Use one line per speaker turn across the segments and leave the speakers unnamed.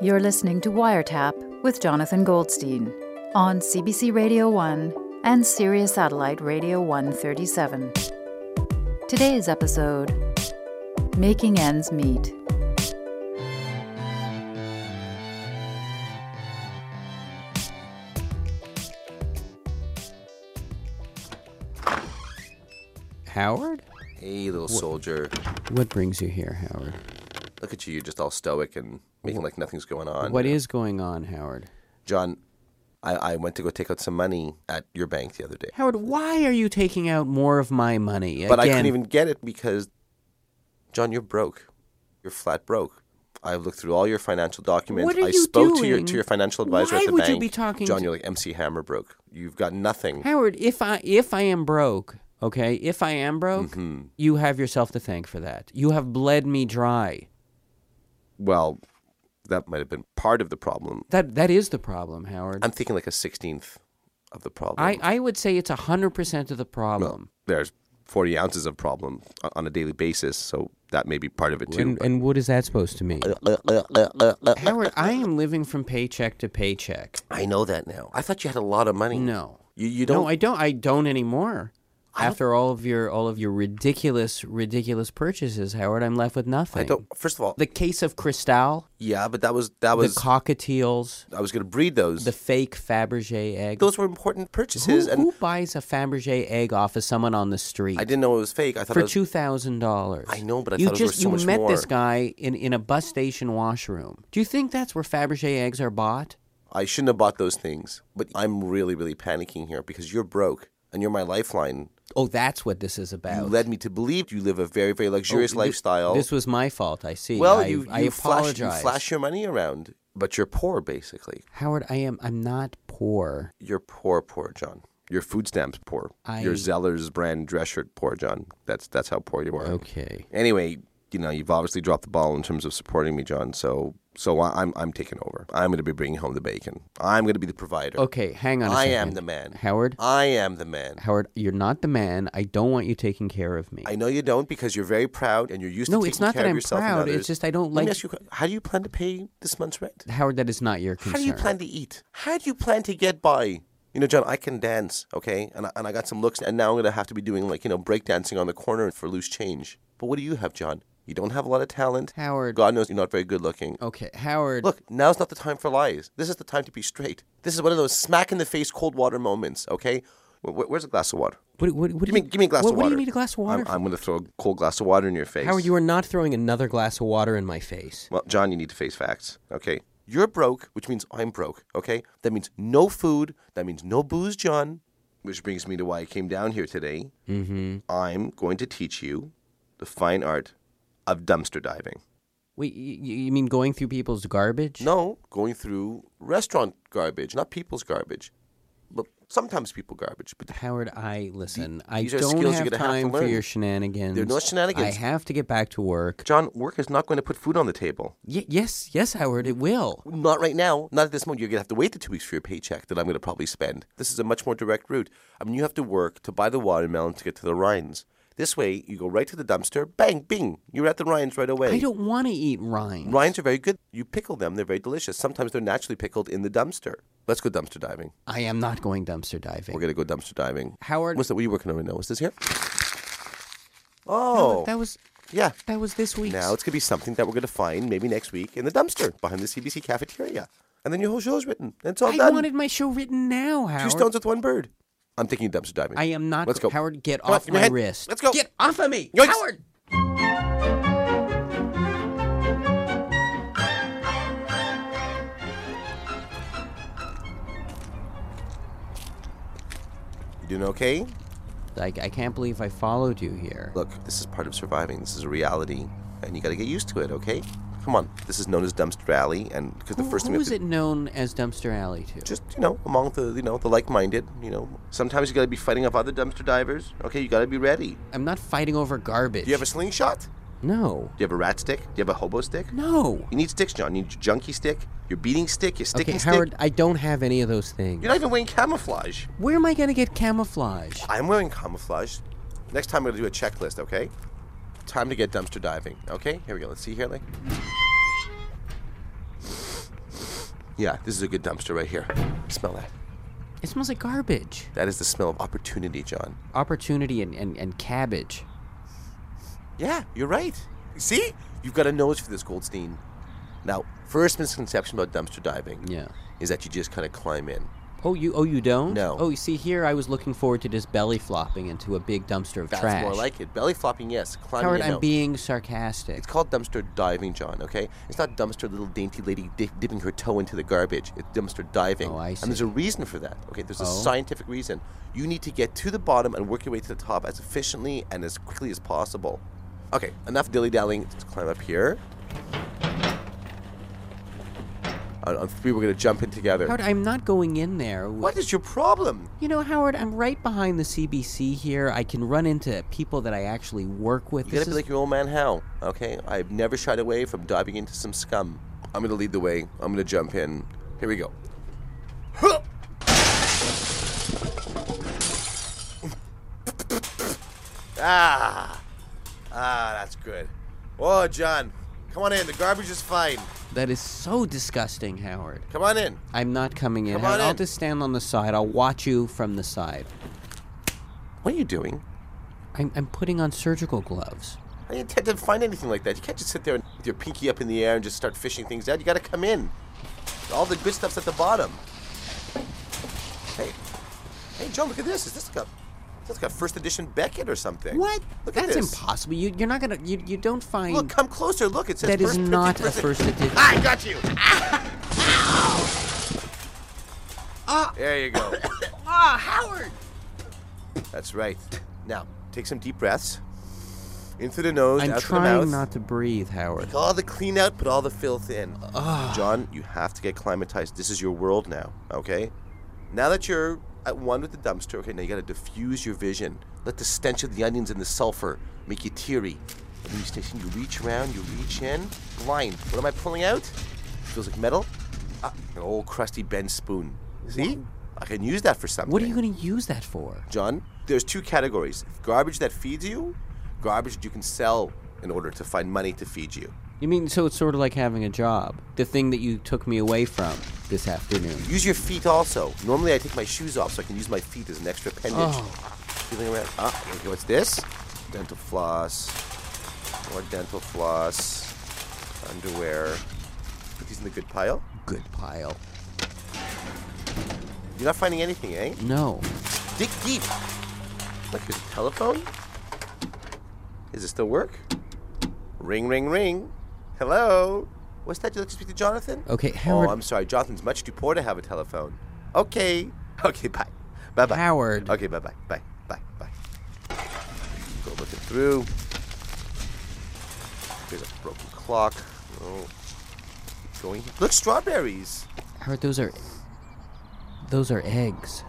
You're listening to Wiretap with Jonathan Goldstein on CBC Radio 1 and Sirius Satellite Radio 137. Today's episode Making Ends Meet.
Howard?
Hey, little soldier.
What brings you here, Howard?
Look at you. You're just all stoic and making like nothing's going on.
What is going on, Howard?
John, I, I went to go take out some money at your bank the other day.
Howard, why are you taking out more of my money?
But I
Again,
couldn't even get it because, John, you're broke. You're flat broke. I looked through all your financial documents.
What are
I
you
spoke to your
doing?
to your financial advisor
Why
at the
would you
bank.
be talking
John,
to-
you're like MC Hammer broke. You've got nothing.
Howard, if I if I am broke, okay, if I am broke,
Mm-hmm.
you have yourself to thank for that. You have bled me dry.
Well, that might have been part of the problem.
That that is the problem, Howard.
I'm thinking like a sixteenth of the problem.
I, I would say it's hundred percent of the problem.
There's 40 ounces of problem o- on a daily basis, so that may be part of it too.
and, and what is that supposed to mean? Howard, I am living from paycheck to paycheck.
I know that now. I thought you had a lot of money.
No.
You, you don't.
No, I don't. I don't anymore. After all of your all of your ridiculous, ridiculous purchases, Howard, I'm left with nothing.
I don't. First of all,
The case of Cristal,
yeah, but that was that was.
the cockatiels,
I was going to breed those.
the fake Fabergé egg.
those were important purchases,
who,
and
who buys a Fabergé egg off of someone on the street
I didn't know it was fake. I thought
for
it was,
two thousand dollars?
I know, but I
you
thought it was
just
worth
you
so much
met
more.
this guy in in a bus station washroom. Do you think that's where Fabergé eggs are bought?
I shouldn't have bought those things. But I'm really, really panicking here because you're broke and you're my lifeline.
Oh, that's what this is
You
about.
led me to believe you live a very, very luxurious
Th-
lifestyle.
Oh, This was my fault. I see.
well,
I,
you, you
I
flash,
apologize.
you flash your money around, but you're poor, basically.
Howard, I am. I'm not poor.
You're poor, poor John. Your food stamps poor.
I-
Your Zeller's brand dress shirt poor, John. That's that's how poor you are.
Okay.
Anyway, you know you've obviously dropped the ball in terms of supporting me, John. So so I- I'm I'm taking over. I'm going to be bringing home the bacon. I'm going to be the provider.
Okay. Hang on. a
I
second.
am the man,
Howard.
I am the man.
Howard, you're not the man. I don't want you taking care of me.
I know you don't because you're very proud and you're used
No,
to taking
it's not
care
that
of
I'm
yourself
proud,
and
it's
others.
just I don't
Let
like-
me ask you, a que- how do you plan to pay this month's rent?
Howard, that is not your concern.
How do you plan to eat? How do you plan to get by? You know, John, I can dance, okay? And I, and I got some looks, and now I'm going to have to be doing, like, you know, breakdancing on the corner for loose change. But what do you have, John? You don't have a lot of talent.
Howard.
God knows you're not very good looking.
Okay, Howard.
Look, now's not the time for lies. This is the time to be straight. This is one of those smack in the face cold water moments, okay? Wh- wh- Where's a glass of water?
What, what, what do
Give me,
you-
give me a glass
what,
of
What
water.
do you need a glass of water?
I'm, I'm going to throw a cold glass of water in your
for?
face.
Howard, you are not throwing another glass of water in my face.
Well, John, you need to face facts. Okay. You're broke, which means I'm broke. Okay. That means no food. That means no booze, John. Which brings me to why I came down here today. Mm-hmm. I'm going to teach you the fine art of dumpster diving.
Wait, you, you mean going through people's garbage?
No, going through restaurant garbage, not people's garbage. But sometimes people garbage. But
Howard, I listen. I
these are
don't
skills you're
have
gonna have to
time for
learn.
your shenanigans.
They're not
I
shenanigans.
have to get back to work.
John, work is not going to put food on the table.
Y- yes, yes, Howard, it will.
Not right now. Not at this moment. You're going to have to wait the two weeks for your paycheck that I'm going to probably spend. This is a much more direct route. I mean, you have to work to buy the watermelon to get to the rinds. This way, you go right to the dumpster, bang, bing, you're at the rinds right away.
I don't want to eat rind.
Rinds are very good. You pickle them, they're very delicious. Sometimes they're naturally pickled in the dumpster. Let's go dumpster diving.
I am not going dumpster diving.
We're going to go dumpster diving.
Howard,
What's that? What are you working on right now? What's this here?
no,
Oh,
that was
yeah.
that was this week's.
Now it's going to be something that we're going to find maybe next week in the dumpster behind the CBC cafeteria. And then your whole show's written. And it's all
I
done.
wanted my show written now, Howard.
Two stones with one bird. I'm thinking dumpster diving.
I am not.
Let's go.
Howard, get
Come on,
off
give me
my
your head.
wrist.
Let's go.
Get off of me,
Yoinks.
Howard.
You doing okay?
Like I can't believe I followed you here.
Look, this is part of surviving. This is a reality, and you got to get used to it. Okay? Come on. This is known as dumpster alley, and because the
Who-
first
who
thing we
is
have to
it known as Dumpster Alley to?
just you know among the you know the like-minded. You know, sometimes you got to be fighting off other dumpster divers. Okay, you got to be ready.
I'm not fighting over garbage.
Do you have a slingshot? Do
no,
you have a rat stick? Do you have a hobo stick?
no.
You need sticks, John. You need your junkie stick, your beating stick, your sticking
Okay,
stick.
Howard, I don't have any of those things.
You're not even wearing camouflage.
Where am I gonna get camouflage?
I'm wearing camouflage. Next time, I'm gonna do a checklist. Okay. Time to get dumpster diving. Okay. Here we go. Let's see here. Like. Yeah, this is a good dumpster right here. Smell that.
It smells like garbage.
That is the smell of opportunity, John.
Opportunity and, and, and cabbage.
Yeah, you're right. See? You've got a nose for this, Goldstein. Now, first misconception about dumpster diving
Yeah.
is that you just kind of climb in.
Oh, you oh you don't?
No.
Oh, you see here, I was looking forward to just belly flopping into a big dumpster of
That's
trash.
more like it. Belly flopping, yes. Climbing
Howard,
in,
I'm
no.
being sarcastic.
It's called dumpster diving, John, okay? It's not dumpster little dainty lady di- dipping her toe into the garbage. It's dumpster diving.
Oh, I Oh.
And there's a reason for that, okay? There's a scientific reason. You need to get to the bottom and work your way to the top as efficiently and as quickly as possible. Okay, enough dilly dallying. Let's climb up here. On, on three, we're going to jump in together.
Howard, I'm not going in there.
what is your problem?
You know, Howard, I'm right behind the CBC here. I can run into people that I actually work with.
You
This
gotta be
is-
like your old man Hal, okay? I've never shied away from diving into some scum. I'm gonna lead the way. I'm gonna jump in. Here we go. Huh! ah, ah, that's good. Oh, John, come on in. The garbage is fine.
that is so disgusting, Howard.
Come on in.
I'm not coming in.
Come
Howard.
on
I'll
in.
just stand on the side. I'll watch you from the side.
What are you doing?
I'm, I'm putting on surgical gloves.
I didn't intend to find anything like that. You can't just sit there and, with your pinky up in the air and just start fishing things out. You gotta come in. All the good stuff's at the bottom. Hey, hey, Joe, look at this. Is this like a, this like a first edition Beckett or something?
What?
Look
That's
at this.
impossible. You, you're not gonna. You, you don't find.
Look, come closer. Look, it says
that is
first
not a
50%.
first edition.
I got you. Ah! Ow! There you go.
Ah, Howard!
That's right. Now, take some deep breaths. In through the nose,
I'm
out through the mouth.
trying not to breathe, Howard.
Take all the clean out, put all the filth in.
Ah.
John, you have to get climatized. This is your world now, okay? Now that you're at one with the dumpster, okay, now you gotta diffuse your vision. Let the stench of the onions and the sulfur make you teary. At least station, you reach around, you reach in. Blind. What am I pulling out? Feels like metal? Ah, an old crusty bent spoon. See? I can use that for something.
What are you going to use that for?
John, there's two categories garbage that feeds you, garbage that you can sell in order to find money to feed you.
You mean so it's sort of like having a job, the thing that you took me away from this afternoon.
Use your feet also. Normally, I take my shoes off so I can use my feet as an extra appendage. Feeling around. Ah, here we go. What's this? Dental floss. More dental floss. Underwear. Put these in the good pile.
Good pile.
You're not finding anything, eh?
No.
Dig deep. Like there's a telephone. Does it still work? Ring, ring, ring. Hello. What's that? You'd like to speak to Jonathan?
Okay,
Oh, I'm
Howard.
sorry. Jonathan's much too poor to have a telephone. Okay. Okay, bye. Bye bye.
Howard.
Okay, bye bye. Bye. Bye. Bye. Go look it through. There's a broken clock. Oh. Keep Going. Look, strawberries.
Howard, those are. Those are eggs.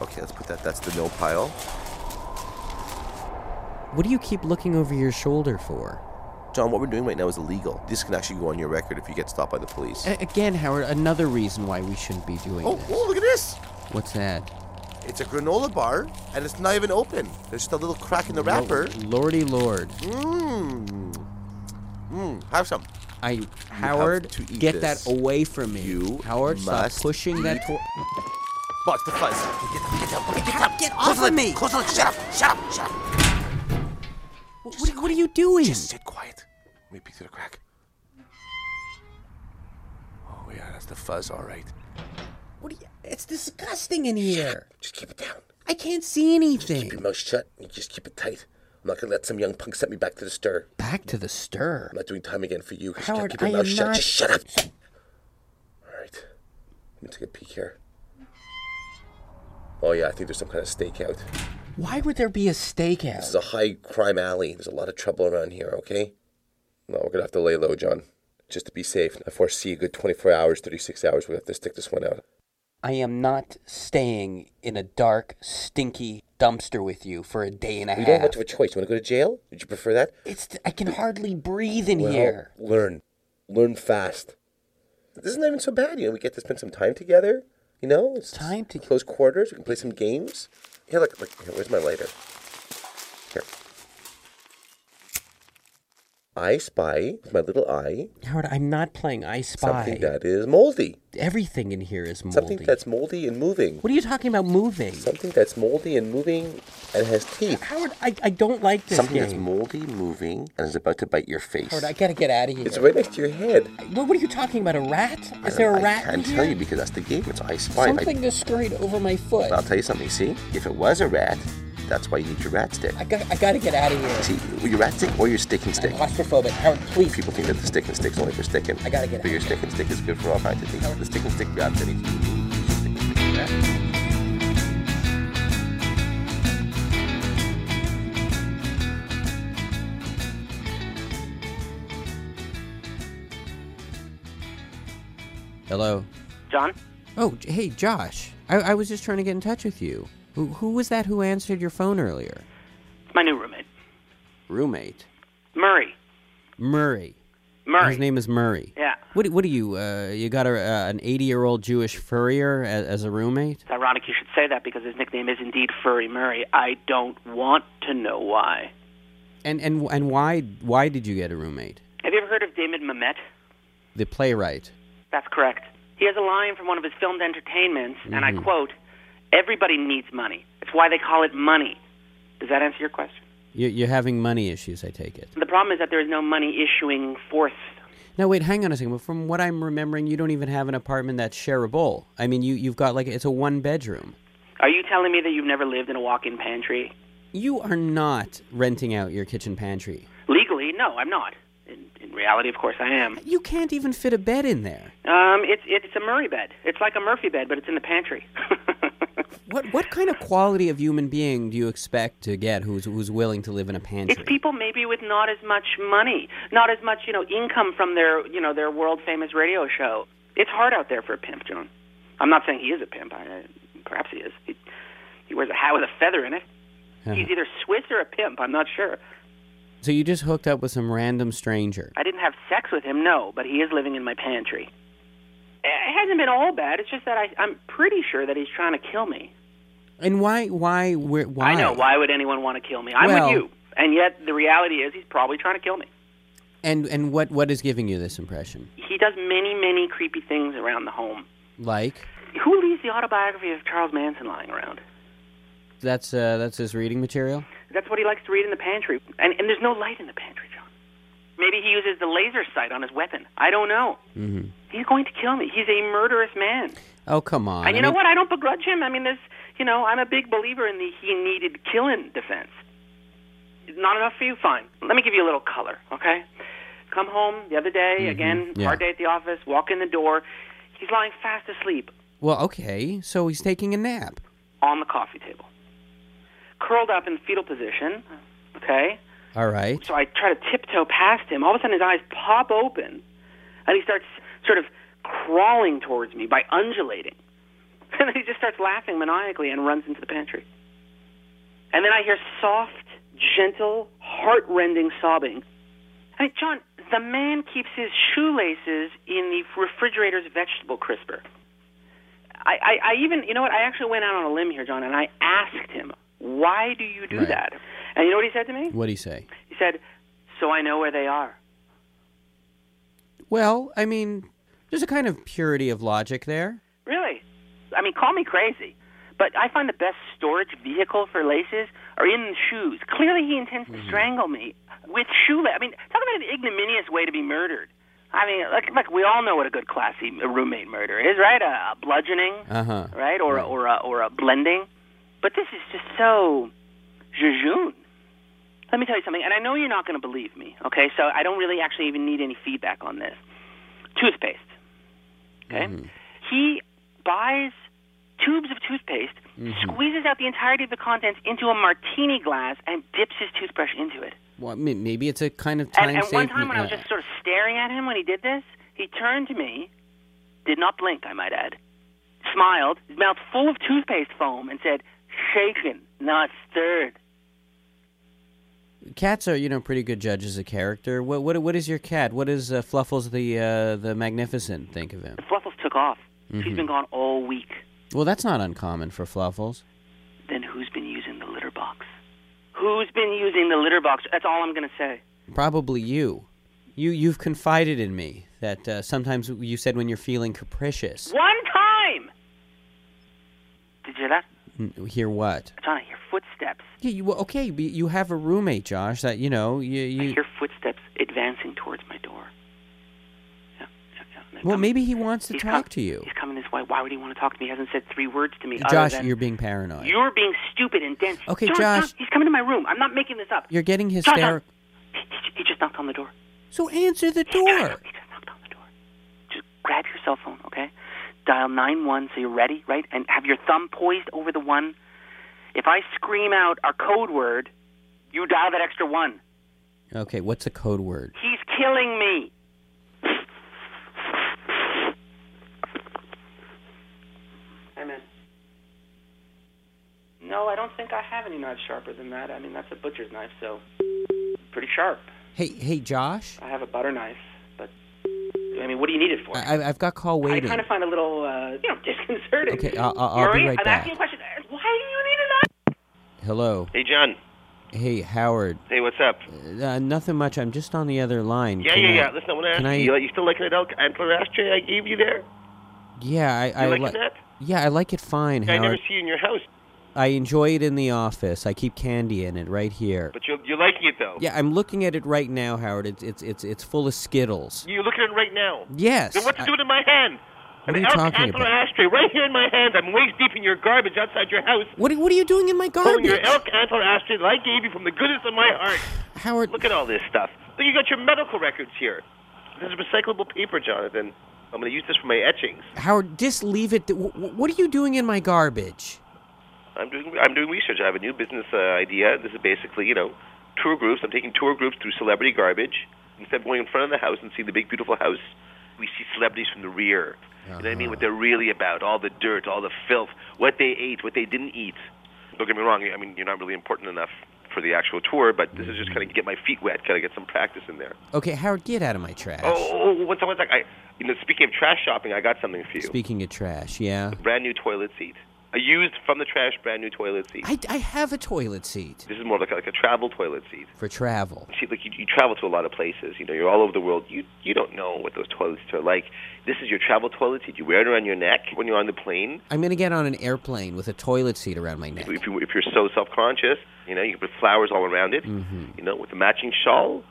Okay, let's put that. That's the no pile.
What do you keep looking over your shoulder for?
John, what we're doing right now is illegal. This can actually go on your record if you get stopped by the police.
A- again, Howard, another reason why we shouldn't be doing
Oh,
this.
oh, look at this.
What's that?
It's a granola bar, and it's not even open. There's just a little crack in the wrapper.
Lordy lord.
Mm. Mmm. Mmm. Have some.
I Howard,
to eat
get
this.
that away from me.
You
Howard,
must
stop pushing that.
eat
Tor-
Watch the fuzz. Get, get, get down. Get, down.
get
Close
off
the lid.
of me.
Close the lid. Shut up. Shut up. Shut up. Mm.
what, what are- what are you doing?
Just sit quiet. Let me peek through the crack. Oh yeah, that's the fuzz, all right.
What are you, it's disgusting in here.
Just keep it down.
I can't see anything.
Keep your mouth shut. and just keep it tight. I'm not gonna let some young punk set me back to the stir.
Back to the stir.
I'm not doing time again for you. 'cause
Howard,
you can't keep your
I
mouth
am
shut.
not-
Just shut up. All right. Let me take a peek here. Oh yeah, I think there's some kind of stakeout.
Why would there be a
This
stakeout?
is a high crime alley. There's a lot of trouble around here, okay? No, we're gonna have to lay low, John. Just to be safe. I foresee a good 24 hours, 36 hours. We'll have to stick this one out.
I am not staying in a dark, stinky dumpster with you for a day and a
We
half.
don't have much of a choice. You wanna go to jail? Would you prefer that?
It's I can hardly breathe in
Well,
here.
Learn. Learn fast. This isn't even so bad, you know. We get to spend some time together. You know, it's
Time to-
close quarters. We can play some games. Here, look, look. Here, where's my lighter? Here. I spy with my little eye
Howard, I'm not playing I Spy.
something that is moldy.
Everything in here is moldy.
Something that's moldy and moving.
What are you talking about moving?
Something that's moldy and moving and has teeth.
Howard, I, I don't like this
Something that's
game.
moldy, moving, and is about to bite your face.
Howard, I gotta get out of here.
It's right next to your head.
What, what are you talking about? A rat?
I
Is there a
don't-
rat
I
in
can't
here?
tell you because that's the game. It's I spy. If I-
Something just scurried over my foot.
I'll tell you something. See, if it was a rat, that's why you need your rat stick.
I got I gotta get out of here.
See, your rat stick or your stick and stick.
Claustrophobic. Howard, please.
People think that the stick and stick's only for sticking.
I gotta get
But your stick and stick is good for all kinds of things. The stick and stick grabs anything. you need. Stick and stick grabs.
Hello.
John?
Oh, J- hey, Josh. I, I was just trying to get in touch with you. Who, who was that who answered your phone earlier?
It's my new roommate.
Roommate.
Murray.
Murray.
Murray.
His name is Murray.
Yeah.
What, do- what do you, uh, you got a, uh, an 80 year old Jewish furrier as, as a roommate?
It's ironic you should say that because his nickname is indeed Furry Murray. I don't want to know why.
And, and, and why, why did you get a roommate?
Have you ever heard of David Mamet?
The playwright.
That's correct. He has a line from one of his filmed entertainments, and
Mm-hmm.
I quote, Everybody needs money. It's why they call it money. Does that answer your question?
You, you're having money issues, I take it.
The problem is that there is no money issuing force.
Now, wait, hang on a second. From what I'm remembering, you don't even have an apartment that's shareable. I mean, you, you've got like, it's a one bedroom.
Are you telling me that you've never lived in a walk in pantry?
You are not renting out your kitchen pantry.
Legally, no, I'm not. In, in reality, of course, I am.
You can't even fit a bed in there.
Um, it's it's a Murray bed. It's like a Murphy bed, but it's in the pantry.
What what kind of quality of human being do you expect to get who's who's willing to live in a
it's
pantry?
people maybe with not as much money, not as much you know income from their you know their world famous radio show. It's hard out there for a pimp, John. I'm not saying he is a pimp. I, I, perhaps he is. He, he wears a hat with a feather in it. He's either Swiss or a pimp. I'm not sure.
so you just hooked up with some random stranger.
I didn't have sex with him, no, but he is living in my pantry. It hasn't been all bad. It's just that I, I'm pretty sure that he's trying to kill me.
And why why where, why?
I know. Why would anyone want to kill me? I'm
Well-
with you. And yet, the reality is, he's probably trying to kill me.
And and what what is giving you this impression?
He does many, many creepy things around the home.
Like
Who leaves the autobiography of Charles Manson lying around?
that's uh, that's his reading material.
That's what he likes to read in the pantry. And, and there's no light in the pantry, John. Maybe he uses the laser sight on his weapon. I don't know. Mm-hmm. He's going to kill me. He's a murderous man.
Oh come on!
and
I
you know
mean,
what? I don't begrudge him. I mean, there's, you know, I'm a big believer in the he needed killing defense. Not enough for you? Fine. Let me give you a little color, okay? Come home the other day, again,
Mm-hmm. yeah.
hard day at the office, walk in the door. He's lying fast asleep
Well, okay. So he's taking a nap.
on the coffee table, curled up in the fetal position, okay?
All right.
So I try to tiptoe past him. All of a sudden, his eyes pop open, and he starts sort of crawling towards me by undulating. And then he just starts laughing maniacally and runs into the pantry. And then I hear soft, gentle, heartrending sobbing. I mean, John, the man keeps his shoelaces in the refrigerator's vegetable crisper. I, I, I even, you know what? I actually went out on a limb here, John, and I asked him, why do you do
Right.
that? And you know what he said to me?
What do you say?
He said, "So I know where they are."
Well, I mean, there's a kind of purity of logic there.
Really? I mean, call me crazy, but I find the best storage vehicle for laces are in the shoes. Clearly, he intends to strangle me with shoelace. I mean, talk about an ignominious way to be murdered. I mean, look, look, we all know what a good classy roommate murder is, right? A, a bludgeoning,
Uh-huh.
right, or a, or a, or a blending. But this is just so jejune. Let me tell you something, and I know you're not going to believe me, okay? So I don't really actually even need any feedback on this. Toothpaste, okay? He buys tubes of toothpaste, squeezes out the entirety of the contents into a martini glass, and dips his toothbrush into it.
Well, I mean, maybe it's a kind of time
And, and one
saving-
time when I was
uh,
just sort of staring at him when he did this, he turned to me, did not blink, I might add, smiled, his mouth full of toothpaste foam, and said, shaken, not stirred.
Cats are, you know, pretty good judges of character. What what what is your cat? What does uh, Fluffles the uh, the Magnificent think of him?
Fluffles took off. She's
Mm-hmm.
been gone all week.
Well, that's not uncommon for Fluffles.
Then who's been using the litter box? Who's been using the litter box? That's all I'm going to say.
Probably you. You you've confided in me that uh, sometimes you said when you're feeling capricious.
One time. Did you hear that?
N- Hear what?
John, I hear footsteps.
Yeah, you well, okay? but You have a roommate, Josh. That you know you.
I
you
hear footsteps advancing towards my door. Yeah, yeah, yeah. and they're
well,
coming-
maybe he wants to
he's
talk
com-
to you.
He's coming this way. Why would he want to talk to me? He hasn't said three words to me.
Josh,
other than,
you're being paranoid.
You're being stupid and dense.
Okay,
John,
Josh.
John, he's coming to my room. I'm not making this up.
You're getting
John,
hysterical.
John, he, he- he just knocked on the door.
So answer the
He just-
door.
He just knocked on the door. Just grab your cell phone, okay? Dial nine one so you're ready, right? And have your thumb poised over the one. If I scream out our code word, you dial that extra one.
Okay, what's the code word?
He's killing me. Amen. No, I don't think I have any knives sharper than that. I mean, that's a butcher's knife, so pretty sharp.
Hey, hey, Josh.
I have a butter knife, but I mean, what do you need it for?
I, I- I've got call
I
waiting.
kind of find a little, uh, you know, disconcerting.
Okay, I'll- I'll- I'll be
Marie,
right
I'm
back.
asking you a question. Why do you need a knife?
Hello.
Hey, John.
Hey, Howard.
Hey, what's up?
Uh, nothing much. I'm just on the other line.
Yeah,
Can
yeah,
I-
yeah. Listen, I want to ask
can I-
you. You still liking that elk antler ashtray I gave you there?
Yeah, I, I
liking
like.
that?
Yeah, I like it fine,
I never
Howard.
see you in your house,
I enjoy it in the office. I keep candy in it right here.
but you're, you're liking it though.
Yeah, I'm looking at it right now, Howard. It's it's it's it's full of Skittles.
You're looking at it right now.
Yes.
Then what's
I-
it doing in my hand?
What
An
are you
elk
talking
antler
about?
ashtray right here in my hand. I'm waist deep in your garbage outside your house.
what are, what are you doing in my
Pulling
garbage?
your elk antler ashtray that I gave you from the goodness of my heart.
Howard,
Look at all this stuff. Look, you got your medical records here. This is recyclable paper, Jonathan. I'm going to use this for my etchings.
Howard, just leave it. W- what are you doing in my garbage?
I'm doing I'm doing research. I have a new business uh, idea. This is basically you know tour groups. I'm taking tour groups through celebrity garbage. Instead of going in front of the house and seeing the big beautiful house, we see celebrities from the rear. You know what I mean? What they're really about, all the dirt, all the filth, what they ate, what they didn't eat. Don't get me wrong. I mean, you're not really important enough for the actual tour, but this is just kind of get my feet wet, kind of get some practice in there.
Okay, Howard, get out of my trash.
Oh, oh, oh one second, one second. I, you know, speaking of trash shopping, I got something for you.
Speaking of trash, yeah.
brand new toilet seat. A used from the trash, brand new toilet seat.
I, I have a toilet seat
This is more like a, like a travel toilet seat.
for travel.
See, like you, you travel to a lot of places. You know, you're all over the world. You you don't know what those toilet seats are like. This is your travel toilet seat. You wear it around your neck when you're on the plane.
I'm gonna get on an airplane with a toilet seat around my neck.
If you if you're so self conscious, you know, you can put flowers all around it.
Mm-hmm.
You know, with a matching shawl.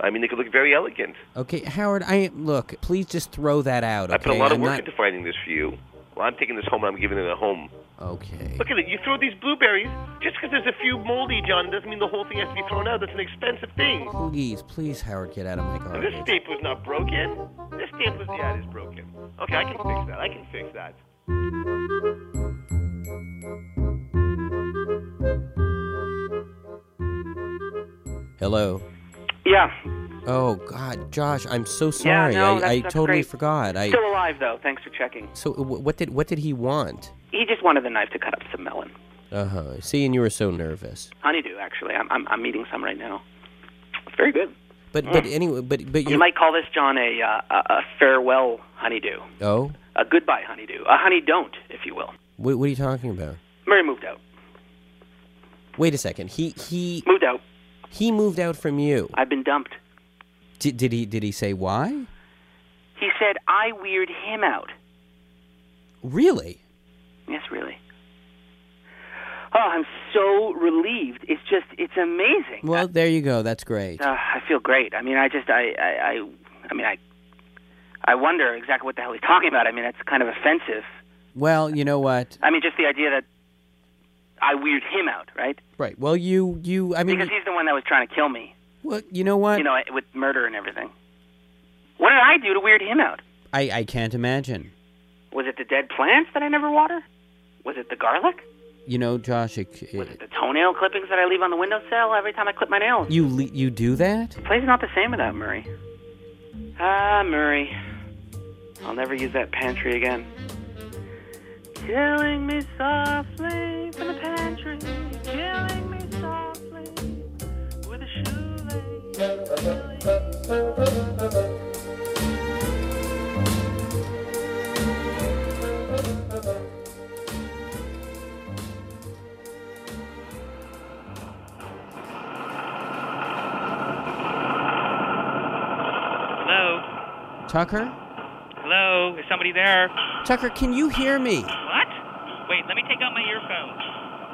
I mean, it could look very elegant.
Okay, Howard, I look. Please just throw that out. Okay,
I put a lot of
I'm
work
not-
into finding this for you. Well, I'm taking this home and I'm giving it a home.
Okay.
Look at it. You throw these blueberries. Just because there's a few moldy, John, doesn't mean the whole thing has to be thrown out. That's an expensive thing.
Please, please, Howard, get out of my
This
garbage.
stapler's not broken. This stapler's yeah, it is broken. Okay, I can fix that. I can fix that.
Hello.
Yeah.
Oh God, Josh, I'm so sorry.
Yeah,
I,
no, that's,
I
that's
totally
great.
forgot. I
Still alive though. Thanks for checking.
so uh, wh- what did what did he want?
He just wanted the knife to cut up some melon.
Uh huh. See, and you were so nervous.
Honeydew, actually. I'm I'm, I'm eating some right now. It's very good.
But
Mm.
but anyway, but but
You
you
might call this, John, a uh, a a farewell honeydew,
oh,
a goodbye honeydew, a honey don't, if you will.
what, what are you talking about?
Murray moved out.
Wait a second. He he
Moved out.
he moved out from you.
I've been dumped.
Did, did he did he say why?
He said I weird him out.
Really?
Yes, really. Oh, I'm so relieved. It's just, it's amazing.
Well, there you go. That's great.
Uh, I feel great. I mean, I just, I, I, I, I mean, I, I wonder exactly what the hell he's talking about. I mean, that's kind of offensive.
Well, you know what?
I mean, just the idea that I weird him out, right?
Right. Well, you you. I mean,
Because he's the one that was trying to kill me,
well, you know what?
you know, with murder and everything. What did I do to weird him out?
I I can't imagine.
Was it the dead plants that I never water? Was it the garlic?
You know, Josh, it,
Was
it,
it the toenail clippings that I leave on the windowsill every time I clip my nails?
you le- you do that?
Play's not the same without Murray. Ah, Murray. I'll never use that pantry again. Killing me softly from the pantry. Killing me softly with a shoelace.
Tucker?
Hello, is somebody there?
Tucker, can you hear me?
What? Wait, let me take out my earphones.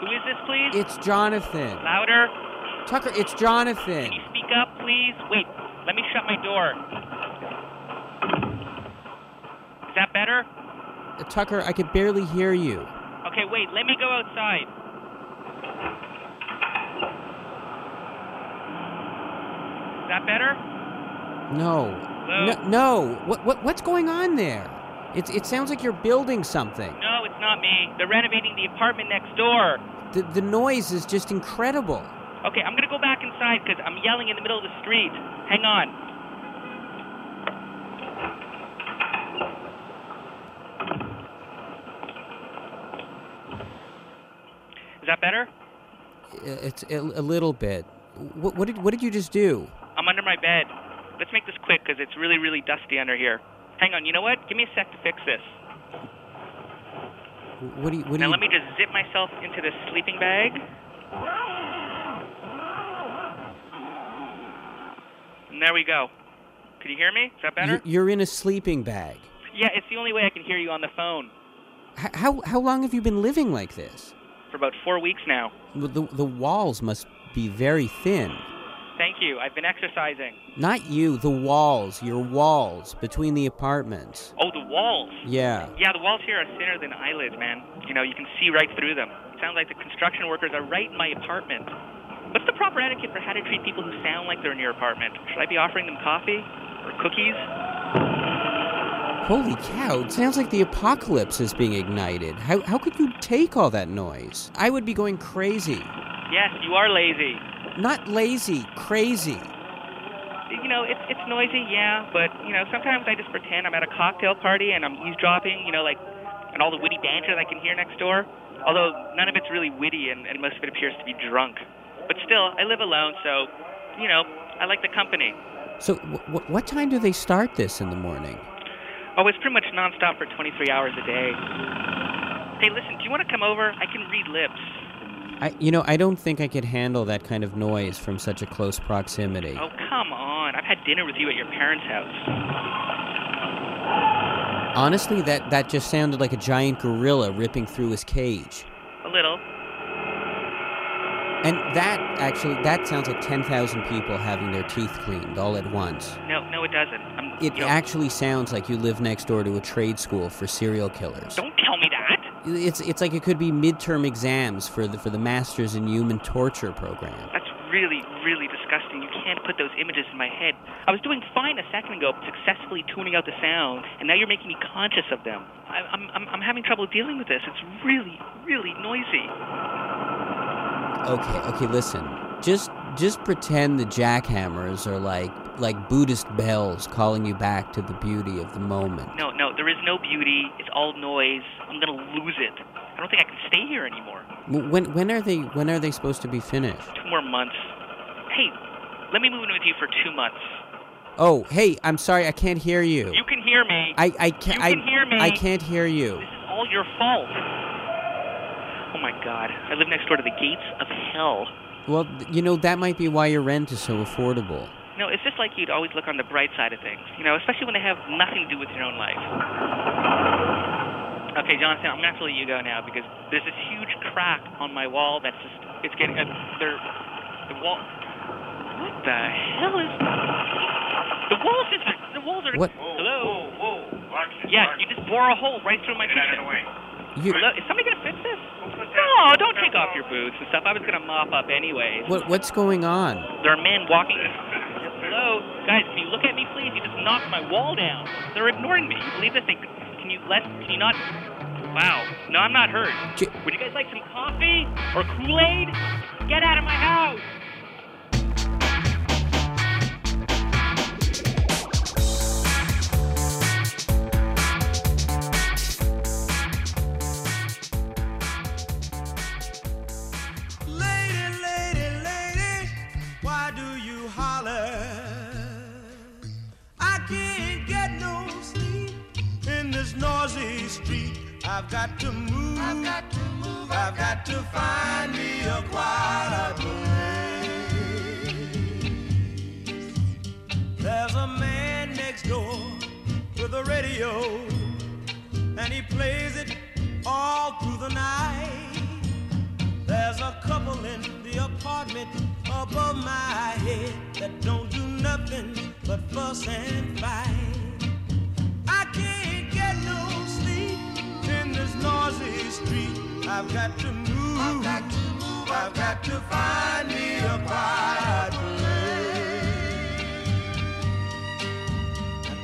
Who is this, please?
It's Jonathan.
Louder.
Tucker, it's Jonathan.
Can you speak up, please? Wait, let me shut my door. Is that better?
Uh, Tucker, I could barely hear you.
Okay, wait, let me go outside. Is that better?
No. No, no. What, what what's going on there? It it sounds like you're building something.
No, it's not me. They're renovating the apartment next door.
The the noise is just incredible.
Okay, I'm gonna go back inside because I'm yelling in the middle of the street. Hang on. Is that better?
I- It's a, a little bit. What, what did what did you just do?
I'm under my bed. Let's make this quick because it's really, really dusty under here. Hang on, you know what? Give me a sec to fix this.
What do you what do
Now
you
let me just zip myself into this sleeping bag. And there we go. Can you hear me? Is that better?
You're, you're in a sleeping bag.
Yeah, it's the only way I can hear you on the phone
H- how how long have you been living like this?
for about four weeks now.
Well, The the walls must be very thin.
Thank you. I've been exercising.
Not you, the walls, your walls between the apartments.
Oh, the walls.
Yeah.
Yeah, the walls here are thinner than eyelids, man. You know, you can see right through them. It sounds like the construction workers are right in my apartment. What's the proper etiquette for how to treat people who sound like they're in your apartment? Should I be offering them coffee or cookies?
Holy cow, it sounds like the apocalypse is being ignited. How, how could you take all that noise? I would be going crazy.
Yes, you are lazy.
Not lazy, crazy.
You know, it's it's noisy, yeah, but you know, sometimes I just pretend I'm at a cocktail party and I'm eavesdropping, you know, like and all the witty banter that I can hear next door. Although none of it's really witty and, and most of it appears to be drunk. But still, I live alone, so you know, I like the company.
So, wh- wh- what time do they start this in the morning?
Oh, it's pretty much nonstop for 23 hours a day. Hey, listen, do you want to come over? I can read lips.
I, you know, I don't think I could handle that kind of noise from such a close proximity.
Oh, come on. I've had dinner with you at your parents' house.
Honestly, that, that just sounded like a giant gorilla ripping through his cage.
A little.
And that actually, that sounds like 10,000 people having their teeth cleaned all at once.
No, no, it doesn't. I'm,
It
you know,
actually sounds like you live next door to a trade school for serial killers.
Don't tell me that.
It's it's like it could be midterm exams for the for the masters in human torture program.
That's really, really disgusting. You can't put those images in my head. I was doing fine a second ago, successfully tuning out the sound, and now you're making me conscious of them. I, I'm, I'm, I'm having trouble dealing with this. It's really, really noisy.
Okay, okay, listen. Just just pretend the jackhammers are like like Buddhist bells calling you back to the beauty of the moment.
No, no, there is no beauty. It's all noise. I'm going to lose it. I don't think I can stay here anymore.
W- When when are they when are they supposed to be finished?
Two more months. Hey, let me move in with you for two months.
Oh, hey, I'm sorry, I can't hear you.
You can hear me.
I I can't
you can
I,
hear me.
I can't hear you.
This is all your fault. Oh my god. I live next door to the gates of hell.
Well, th- you know that might be why your rent is so affordable.
No, it's just like you'd always look on the bright side of things, you know, especially when they have nothing to do with your own life. Okay, Jonathan, I'm gonna have to let you go now because there's this huge crack on my wall that's just it's getting uh, there the wall What the hell is The walls just the walls are
What?
Hello?
Whoa, whoa, Larkin.
Yeah, you just bore a hole right through my
Get out of
kitchen.
the way.
You
Hello? Is somebody gonna fix this?
put that-
No, don't take off your boots and stuff. I was gonna mop up anyways.
what what's going on?
There are men walking. Hello, guys. Can you look at me, please? You just knocked my wall down. They're ignoring me. You believe this? They, can you let? Can you not? Wow. No, I'm not hurt.
J-
Would you guys like some coffee or Kool-Aid? Get out of my house.
Lady, lady, lady, why do you holler? I can't get no sleep in this noisy street. I've got to move. I've got to move. I've got to find me a quieter place. There's a man next door the radio and he plays it all through the night. There's a couple in the apartment above my head that don't do nothing but fuss and fight. I can't get no sleep in this noisy street. I've got to move. I've got to move. I've got to find me a quiet place.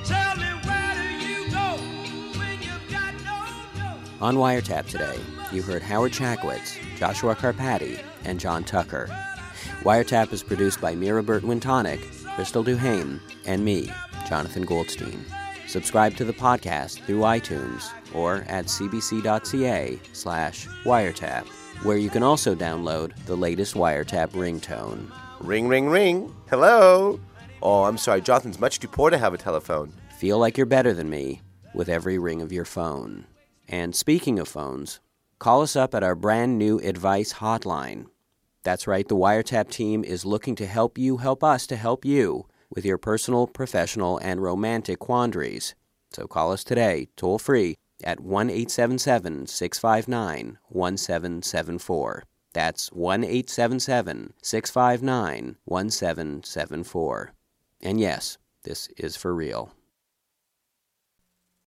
Tell me where do you go when you've got no no?
On Wiretap today, you heard Howard Chakwitz, Joshua Carpatti, and John Tucker. Wiretap is produced by Mirabert Wintonic, Crystal Duhane, and me, Jonathan Goldstein. Subscribe to the podcast through iTunes or at cbc.ca slash wiretap, where you can also download the latest Wiretap ringtone.
Ring, ring, ring. Hello. Oh, I'm sorry. Jonathan's much too poor to have a telephone.
Feel like you're better than me with every ring of your phone. And speaking of phones, call us up at our brand new advice hotline. That's right, the Wiretap team is looking to help you help us to help you with your personal, professional, and romantic quandaries. So call us today, toll free, at 1 877 659 1774. That's 1 877 659 1774. And yes, this is for real.